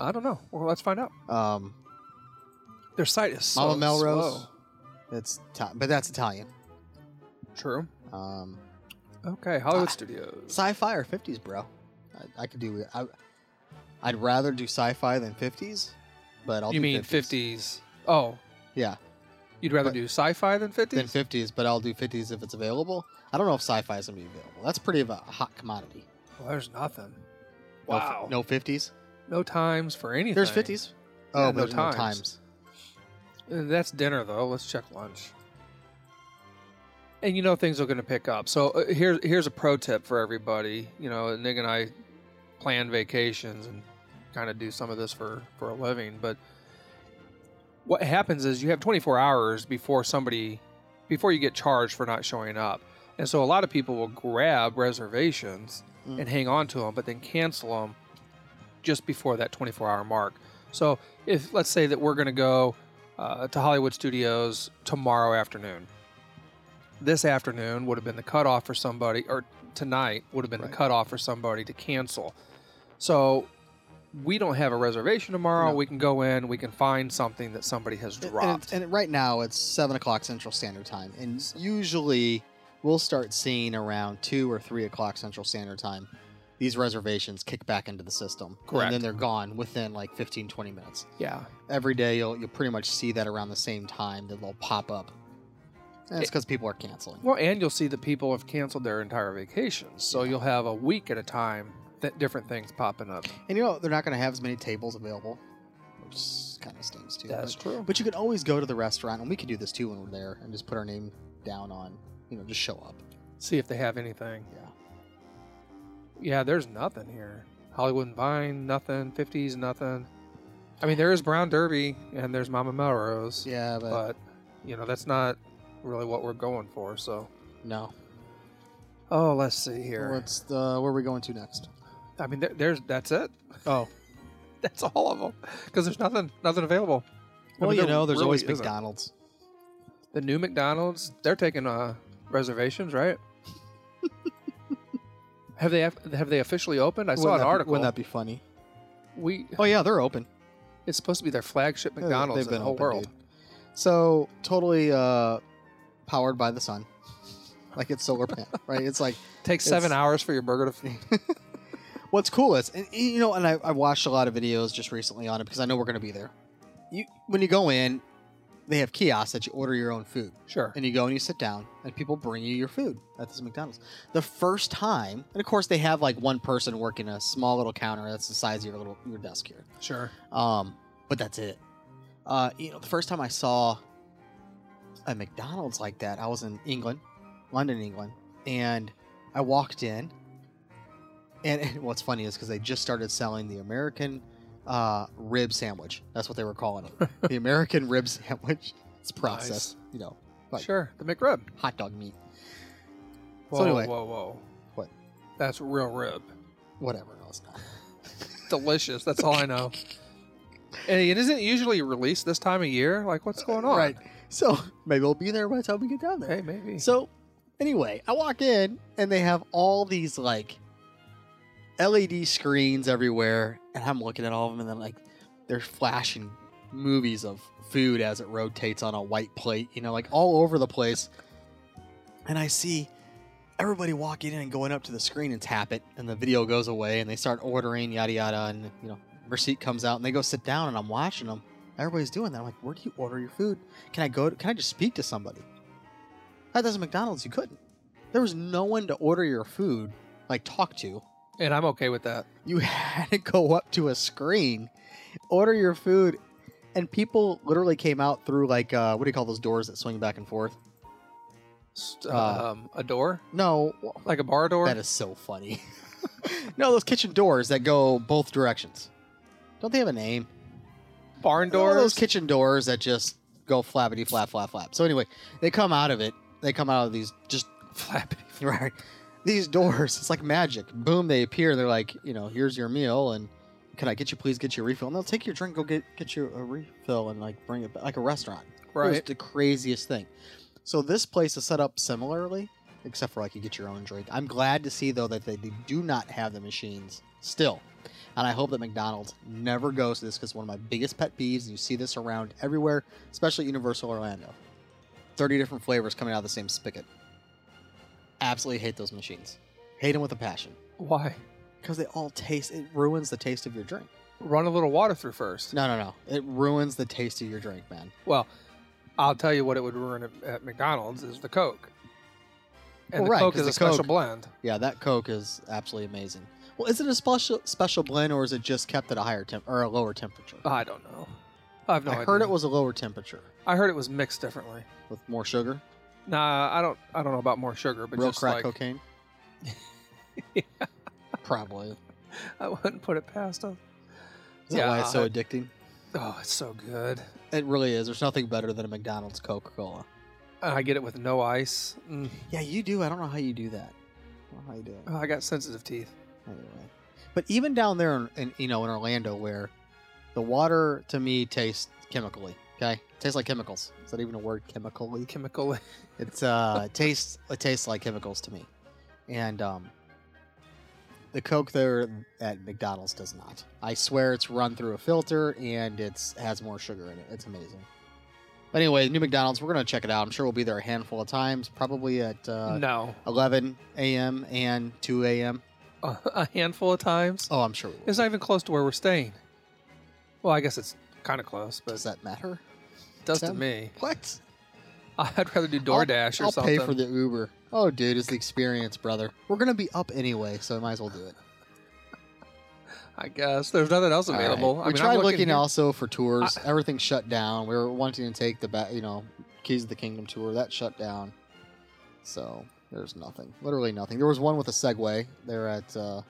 S4: I don't know. Well, let's find out.
S5: Um,
S4: Their site is so
S5: Mama Melrose.
S4: slow.
S5: That's Ita- but that's Italian.
S4: True.
S5: Um,
S4: Okay, Hollywood
S5: Ah.
S4: Studios.
S5: sci-fi or fifties, bro? I, I could do. I, I'd rather do sci-fi than fifties, but I'll
S4: you
S5: do
S4: mean
S5: 50s.
S4: fifties? Oh,
S5: Yeah,
S4: you'd rather
S5: But-
S4: do sci-fi than fifties?
S5: than fifties, but I'll do fifties if it's available. I don't know if sci-fi is gonna be available. That's pretty of a hot commodity.
S4: well, there's nothing.
S5: No f-
S4: Wow.
S5: No fifties.
S4: No times for anything.
S5: There's fifties.
S4: Yeah,
S5: Oh, but
S4: no
S5: there's no
S4: times.
S5: times.
S4: Uh, That's dinner though. Let's check lunch. And you know things are going to pick up. So uh, here's here's a pro tip for everybody. You know, Nick and I plan vacations and kind of do some of this for for a living. But what happens is you have 24 hours before somebody before you get charged for not showing up. And so a lot of people will grab reservations
S5: Mm.
S4: and hang on to them, but then cancel them just before that 24 hour mark. So if let's say that we're going to go uh, to Hollywood Studios tomorrow afternoon. This afternoon would have been the cutoff for somebody, or tonight would have been
S5: Right.
S4: the cutoff for somebody to cancel. So we don't have a reservation tomorrow.
S5: No.
S4: We can go in, we can find something that somebody has
S5: And-
S4: dropped.
S5: And, it's- and right now it's seven o'clock Central Standard Time, and usually we'll start seeing around two or three o'clock Central Standard Time. These reservations kick back into the system,
S4: Correct.
S5: And then they're gone within like 15, 20 minutes.
S4: yeah.
S5: Every day you'll you'll pretty much see that around the same time that they'll pop up. And it's because people are canceling.
S4: Well, and you'll see that people have canceled their entire vacations. So you'll have a week at a time that different things popping up.
S5: And you know they're not going to have as many tables available, which kind of stings too. but-
S4: true.
S5: But you could always go to the restaurant, and we could do this too when we're there, and just put our name down on, you know, just show up.
S4: See if they have anything.
S5: Yeah.
S4: Yeah, there's nothing here. Hollywood and Vine, nothing. 50s, nothing. I mean, there is Brown Derby and there's Mama Melrose.
S5: Yeah, but,
S4: But, you know, that's not really what we're going for. So,
S5: no.
S4: oh, let's see here.
S5: What's the uh, where are we going to next?
S4: I mean, there, there's that's it.
S5: Oh,
S4: That's all of them because there's nothing, nothing available. I
S5: well,
S4: mean,
S5: you
S4: there
S5: know, there's always
S4: really isn't.
S5: McDonald's.
S4: The new McDonald's, they're taking uh, reservations, right? have they have they officially opened? I saw
S5: Wouldn't
S4: an
S5: that be-
S4: article.
S5: wouldn't that be funny?
S4: we
S5: Oh yeah, they're open.
S4: it's supposed to be their flagship
S5: Yeah,
S4: McDonald's
S5: Uh, they've
S4: in
S5: been
S4: the whole
S5: open,
S4: world.
S5: dude. So totally uh, powered by the sun, like it's solar pan, right? It's like
S4: Takes
S5: It's-
S4: seven hours for your burger to.
S5: what's cool is, and you know, and I, I watched a lot of videos just recently on it because I know we're gonna be there. You when you go in, they have kiosks that you order your own food.
S4: Sure.
S5: and you go and you sit down and people bring you your food at this mcdonald's the first time and of course they have like one person working a small little counter that's the size of your little your desk here
S4: Sure.
S5: um but that's it uh you know the first time i saw a mcdonald's like that i was in england london england and i walked in and, and what's funny is because they just started selling the american uh, rib sandwich that's what they were calling it the american rib sandwich it's processed you know Like-
S4: Sure. The McRib.
S5: hot dog meat,
S4: Whoa,
S5: anyway-
S4: whoa, whoa.
S5: What?
S4: That's real rib.
S5: whatever. No, it's not.
S4: Delicious. That's all I know. And it isn't usually released this time of year. Like, what's going on?
S5: Uh, Right. So maybe we'll be there by the time we get down there.
S4: Hey, maybe.
S5: So anyway, I walk in and they have all these like LED screens everywhere, and I'm looking at all of them, and then like they're flashing movies of food as it rotates on a white plate, you know, like all over the place. And I see everybody walking in and going up to the screen and tap it, and the video goes away, and they start ordering yada yada, and you know, receipt comes out, and they go sit down, and I'm watching them. Everybody's doing that. I'm like, where do you order your food? Can I go? To, can I just speak to somebody? At this McDonald's, you couldn't. There was no one to order your food, like talk to.
S4: and I'm okay with that.
S5: You had to go up to a screen, order your food, and people literally came out through like uh, what do you call those doors that swing back and forth?
S4: St-
S5: Uh,
S4: um, a door,
S5: No,
S4: like a bar door.
S5: that is so funny. no, those kitchen doors that go both directions. Don't they have a name?
S4: barn
S5: All
S4: doors.
S5: those kitchen doors that just go flappity flap flap flap. So anyway, they come out of it. They come out of these just
S4: Flappy.
S5: Right. These doors, it's like magic. Boom, they appear. They're like, you know, here's your meal, and can I get you please get you a refill? And they'll take your drink, go get get you a refill, and like bring it back, like a restaurant. It was
S4: Right.
S5: the craziest thing. So this place is set up similarly, except for like you get your own drink. I'm glad to see though that they do not have the machines still, and I hope that McDonald's never goes to this because one of my biggest pet peeves, and you see this around everywhere, especially Universal Orlando. Thirty different flavors coming out of the same spigot. Absolutely hate those machines. Hate them with a passion
S4: Why?
S5: because they all taste. It ruins the taste of your drink.
S4: Run a little water through first.
S5: No, no, no. It ruins the taste of your drink, man.
S4: Well, I'll tell you what it would ruin at, at McDonald's is the Coke. And
S5: Well,
S4: the
S5: right,
S4: Coke
S5: 'cause
S4: is a
S5: the
S4: special
S5: Coke-
S4: blend.
S5: Yeah, that Coke is absolutely amazing. Well, is it a special special blend or is it just kept at a higher temp or a lower temperature?
S4: I don't know. I've no
S5: I
S4: idea.
S5: heard it was a lower temperature
S4: I heard it was mixed differently.
S5: with more sugar,
S4: Nah, I don't. I don't know about more sugar, but
S5: real
S4: just
S5: crack
S4: like
S5: cocaine. Probably. Is
S4: I wouldn't put it past them.
S5: that why it's so
S4: Yeah.
S5: addicting?
S4: Oh, it's so good.
S5: It really is. There's nothing better than a McDonald's Coca Cola.
S4: And I get it with no ice. Mm,
S5: Yeah, you do. I don't know how you do that. I don't know how you do it.
S4: oh, I got sensitive teeth.
S5: Anyway. But even down there in, in you know in Orlando where the water to me tastes chemically. Okay, tastes like chemicals. Is that even a word? Chemically.
S4: Chemical.
S5: It's uh it tastes it tastes like chemicals to me. And um the Coke there at McDonald's does not. I swear it's run through a filter and it's has more sugar in it. It's amazing. But anyway, new McDonald's, we're gonna check it out. I'm sure we'll be there a handful of times, probably at uh,
S4: no,
S5: 11 a.m. and 2 a.m.
S4: a, a handful of times.
S5: Oh, I'm sure. We will.
S4: It's not even close to where we're staying. Well, I guess it's kind of close, but
S5: Does that matter?
S4: it does to
S5: Tim?
S4: me.
S5: What?
S4: I'd rather do DoorDash
S5: I'll
S4: or something.
S5: pay for the Uber. Oh, dude, it's the experience, brother. We're gonna be up anyway, so I might as well do it.
S4: I guess there's nothing else
S5: All right.
S4: available. I
S5: we
S4: mean,
S5: tried
S4: I'm
S5: looking,
S4: here-
S5: also for tours. Everything shut down. We were wanting to take the ba- you know Keys of the Kingdom tour that shut down. So there's nothing, literally nothing. There was one with a Segway there at, uh,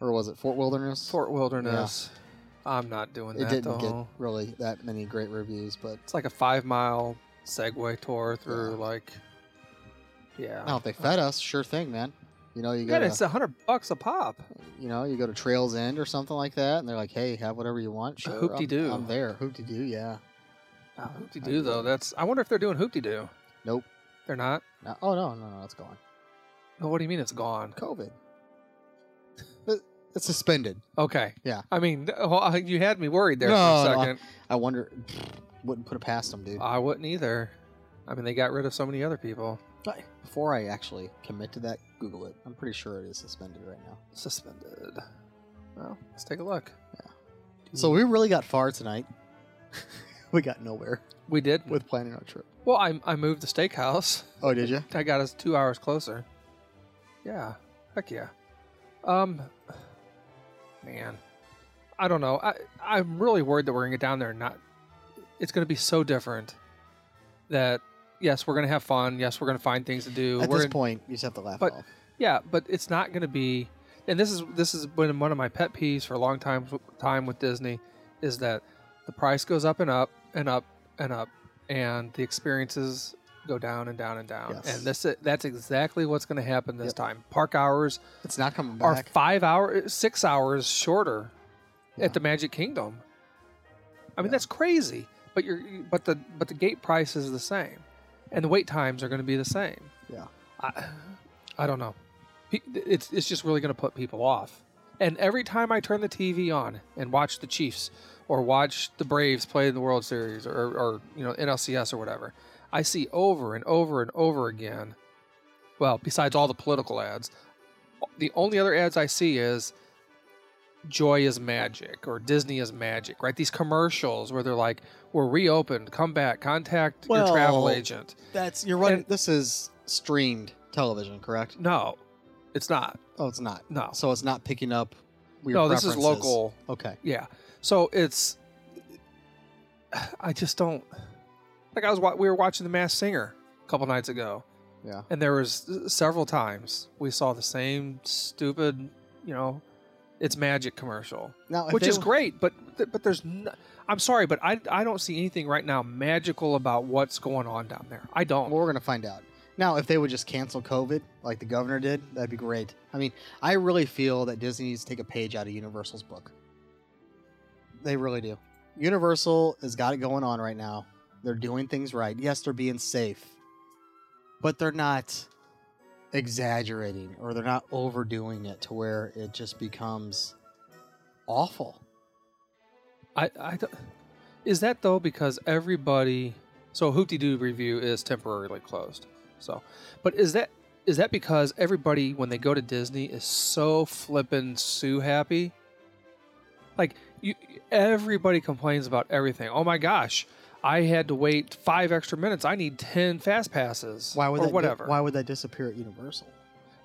S5: or was it Fort Wilderness?
S4: Fort Wilderness. I'm not doing
S5: It
S4: that
S5: didn't
S4: though.
S5: get really that many great reviews, but
S4: It's like a five mile Segway tour through
S5: Yeah.
S4: like, yeah.
S5: oh, if they fed us, sure thing, man. You know you
S4: God,
S5: got
S4: it's a hundred bucks a pop.
S5: you know, you go to Trails End or something like that, and they're like, "Hey, have whatever you want." Sure, I'm-
S4: hoop-de-doo.
S5: I'm, there. Hoop de doo, yeah.
S4: Oh, hoop de doo though. That's. I wonder if they're doing hoop de doo.
S5: Nope.
S4: They're not.
S5: No, oh no, no, no, it's gone.
S4: No, what do you mean it's gone?
S5: COVID. It- It's suspended.
S4: Okay.
S5: Yeah.
S4: I mean, well, I- you had me worried there
S5: No,
S4: for
S5: no,
S4: a
S5: I-
S4: second.
S5: I wonder. Wouldn't put it past them, dude.
S4: I wouldn't either. I mean, they got rid of so many other people.
S5: Before I actually commit to that, Google it. I'm pretty sure it is suspended right now.
S4: Suspended. Well, let's take a look.
S5: So we really got far tonight. we got nowhere
S4: We did.
S5: with planning our trip.
S4: well, I, I moved the steakhouse.
S5: Oh, did you?
S4: That got us two hours closer. Yeah. Heck yeah. Um, man, I don't know. I I'm really worried that we're gonna get down there and not. It's gonna be so different. That yes, we're gonna have fun. Yes, we're gonna find things to do.
S5: At
S4: we're
S5: this
S4: in-
S5: point, you just have to laugh
S4: but-
S5: it off.
S4: Yeah, but it's not going to be. And this is this has been one of my pet peeves for a long time time with Disney, is that the price goes up and up and up and up, and the experiences go down and down and down.
S5: Yes.
S4: And this that's exactly what's going to happen this
S5: Yep.
S4: time. Park hours
S5: It's not coming
S4: are
S5: back.
S4: five hours, six hours shorter
S5: Yeah.
S4: at the Magic Kingdom. I mean
S5: Yeah.
S4: that's crazy, but you're but the but the gate price is the same, and the wait times are going to be the same.
S5: Yeah.
S4: I, I don't know. Pe- It's it's just really going to put people off. And every time I turn the TV on and watch the Chiefs or watch the Braves play in the World Series or, or you know NLCS or whatever, I see over and over and over again. Well, besides all the political ads, the only other ads I see is Joy is magic or Disney is magic, right? These commercials where they're like, "We're reopened, come back, contact your travel
S5: Well,
S4: agent."
S5: That's you're running.
S4: and-
S5: this is streamed television, correct?
S4: No, it's not.
S5: Oh, it's not.
S4: No,
S5: So it's not picking up. Your
S4: no, this is
S5: preferences.
S4: local.
S5: Okay.
S4: Yeah. So it's I just don't like I was wa- we were watching The Masked Singer a couple nights ago.
S5: Yeah.
S4: And there was uh, several times we saw the same stupid, you know, it's magic commercial,
S5: Now, if
S4: which
S5: they
S4: is
S5: were-
S4: great, but but there's no, I'm sorry, but I I don't see anything right now magical about what's going on down there. I don't.
S5: Well, we're gonna find out. Now, if they would just cancel COVID like the governor did, that'd be great. I mean, I really feel that Disney needs to take a page out of Universal's book. They really do. Universal has got it going on right now. They're doing things right. Yes, they're being safe, but they're not exaggerating or they're not overdoing it to where it just becomes awful.
S4: I, I th- is that though because everybody so hoopty doo review is temporarily closed so but is that is that because everybody when they go to disney is so flippin' sue happy like you everybody complains about everything oh my gosh i had to wait five extra minutes i need 10 fast passes
S5: Why would
S4: or
S5: that?
S4: whatever
S5: Why would that disappear at Universal?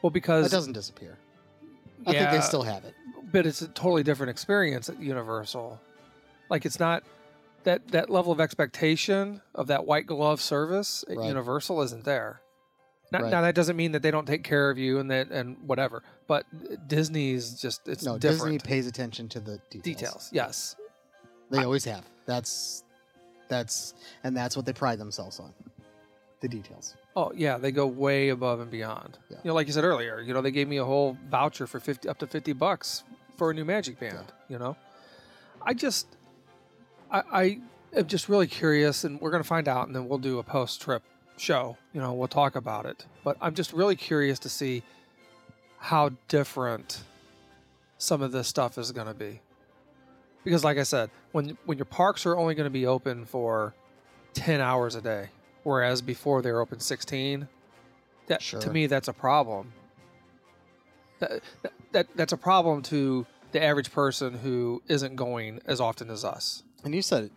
S4: well
S5: That
S4: because
S5: doesn't disappear.
S4: yeah,
S5: I think they still have it.
S4: but it's a totally different experience at Universal. Like it's not that that level of expectation of that white glove service at
S5: Right.
S4: Universal isn't there. Now,
S5: Right.
S4: now that doesn't mean that they don't take care of you and that and whatever. But Disney's just it's
S5: No, Disney
S4: different
S5: pays attention to the details.
S4: details. Yes,
S5: They always have. That's that's and that's what they pride themselves on. The details.
S4: Oh yeah, they go way above and beyond.
S5: Yeah.
S4: You know, like you said earlier, you know, they gave me a whole voucher for fifty up to fifty bucks for a new Magic Band. You know, I just, I, I I'm just really curious, and we're going to find out, and then we'll do a post trip show. You know, we'll talk about it. But I'm just really curious to see how different some of this stuff is going to be. Because, like I said, when when your parks are only going to be open for 10 hours a day, whereas before they were open 16, that to
S5: Sure.
S4: me, that's a problem. That, that, that, that's a problem to the average person who isn't going as often as us.
S5: And you said,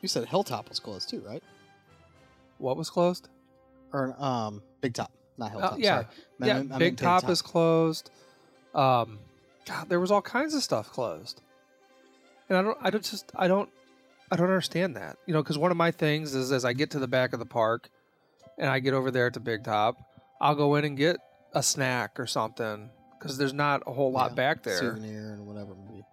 S5: you said Hilltop was closed too, right?
S4: What was closed?
S5: Or um, Big Top, not Hilltop.
S4: Oh, yeah.
S5: sorry. I
S4: yeah,
S5: meant- I meant
S4: Big Top, is closed. Um, God, there was all kinds of stuff closed, and I don't, I don't just, I don't, I don't understand that. You know, because one of my things is as I get to the back of the park, and I get over there to Big Top, I'll go in and get a snack or something because there's not a whole lot
S5: Yeah,
S4: back there.
S5: souvenir and whatever. Maybe.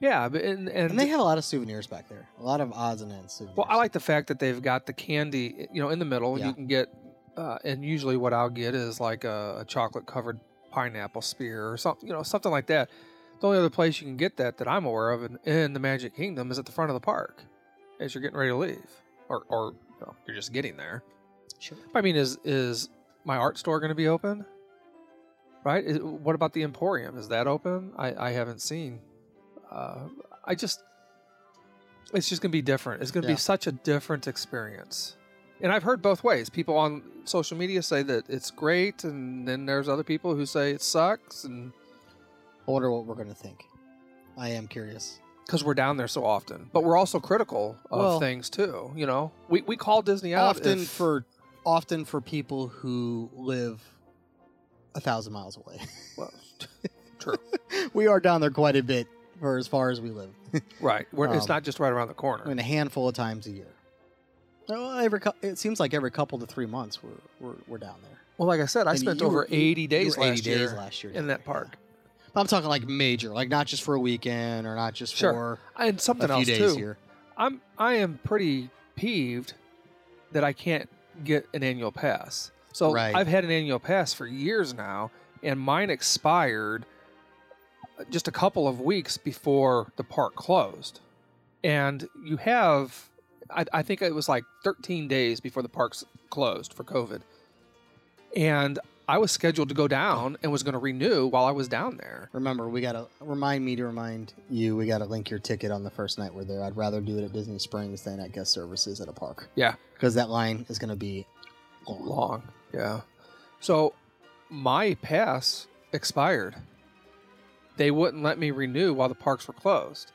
S4: Yeah, but and, and,
S5: And they have a lot of souvenirs back there. A lot of odds and ends souvenirs.
S4: Well, I like the fact that they've got the candy, you know, in the middle.
S5: Yeah.
S4: You can get, uh, and usually what I'll get is like a, a chocolate covered pineapple spear or something, you know, something like that. The only other place you can get that that I'm aware of in, in the Magic Kingdom is at the front of the park as you're getting ready to leave, or or you know, you're just getting there.
S5: Sure.
S4: I mean, is is my art store going to be open? Right. Is, what about the Emporium? Is that open? I, I haven't seen. Uh, I just, it's just going to be different. It's going to
S5: Yeah.
S4: be such a different experience. And I've heard both ways. People on social media say that it's great, and then there's other people who say it sucks, and
S5: I wonder what we're gonna think. I am curious.
S4: because we're down there so often. But we're also critical of
S5: Well-
S4: things too. You know, we we call Disney out
S5: often
S4: if-
S5: for often for people who live a thousand miles away.
S4: well, true,
S5: we are down there quite a bit for as far as we live.
S4: right? We're, it's
S5: Um,
S4: not just right around the corner.
S5: I mean, a handful of times a year. Well, every cou- it seems like every couple to three months we're we're, we're down there.
S4: Well, like I said, I
S5: And
S4: spent
S5: you
S4: over
S5: were- you-
S4: 80
S5: you
S4: days
S5: were 80
S4: last
S5: days
S4: year
S5: last year
S4: in
S5: down
S4: that
S5: there, yeah.
S4: park.
S5: But I'm talking like major, like not just for a weekend or not just
S4: Sure.
S5: for
S4: And something
S5: a few
S4: else
S5: days
S4: too.
S5: here.
S4: I'm I am pretty peeved that I can't get an annual pass. So
S5: Right.
S4: I've had an annual pass for years now, and mine expired uh, just a couple of weeks before the park closed. And you have, I, I think it was like 13 days before the parks closed for COVID. And I was scheduled to go down and was going to renew while I was down there.
S5: Remember, we gotta remind me to remind you. We gotta link your ticket on the first night we're there. I'd rather do it at Disney Springs than at guest services at a park.
S4: Yeah.
S5: because that line is gonna be long.
S4: long. Yeah. So my pass expired. They wouldn't let me renew while the parks were closed.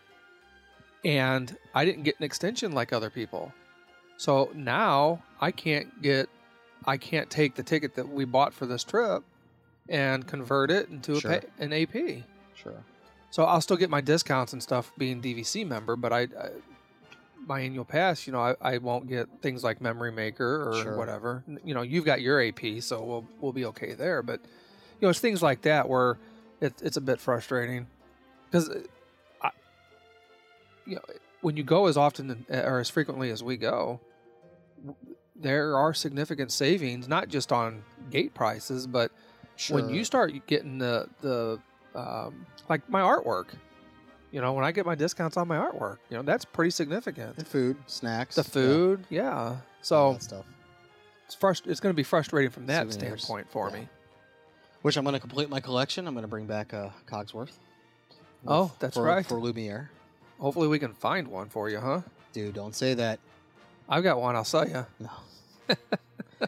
S4: And I didn't get an extension like other people. So now I can't get I can't take the ticket that we bought for this trip and convert it into a
S5: Sure.
S4: pa an AP.
S5: Sure.
S4: So I'll still get my discounts and stuff being DVC member, but I, I my annual pass, you know, I, I won't get things like Memory Maker or
S5: Sure.
S4: whatever. N- You know, you've got your AP, so we'll we'll be okay there. But you know, it's things like that where it, it's a bit frustrating because I, you know, when you go as often uh, or as frequently as we go, there are significant savings, not just on gate prices, but when you start getting the the um, like my artwork you know when i get my discounts on my artwork you know that's pretty significant
S5: the food, snacks,
S4: the
S5: yeah,
S4: food yeah,
S5: all
S4: so
S5: that stuff.
S4: it's frust- it's going to be frustrating from that
S5: Souvenirs.
S4: standpoint for
S5: Yeah.
S4: me
S5: Which I'm going to complete my collection. I'm going to bring back uh, Cogsworth.
S4: Oh, that's
S5: for,
S4: right.
S5: For Lumiere.
S4: hopefully we can find one for you huh
S5: Dude, don't say that.
S4: i've got one i'll sell you
S5: No.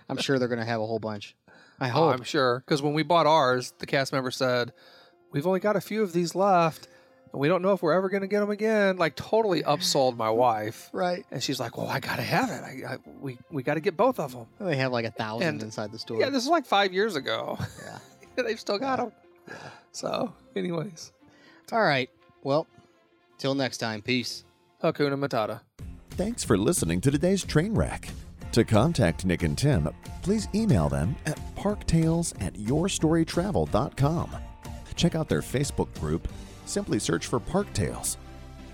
S5: I'm sure they're going to have a whole bunch. I hope.
S4: i'm sure because when we bought ours the cast member said we've only got a few of these left and we don't know if we're ever going to get them again like totally upsold my wife
S5: right.
S4: and she's like well i gotta have it I, I, we, we gotta get both of them
S5: They have like a thousand
S4: And-
S5: inside the store.
S4: yeah this is like five years ago
S5: Yeah.
S4: they've still got
S5: Yeah.
S4: them. So, anyways,
S5: All right. Well, till next time. Peace.
S4: Hakuna Matata.
S2: Thanks for listening to today's train wreck. To contact Nick and Tim, please email them at parktales at yourstorytravel.com. Check out their Facebook group. Simply search for Park Tales.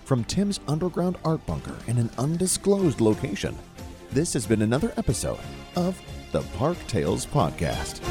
S2: From Tim's underground art bunker in an undisclosed location, this has been another episode of the Park Tales Podcast.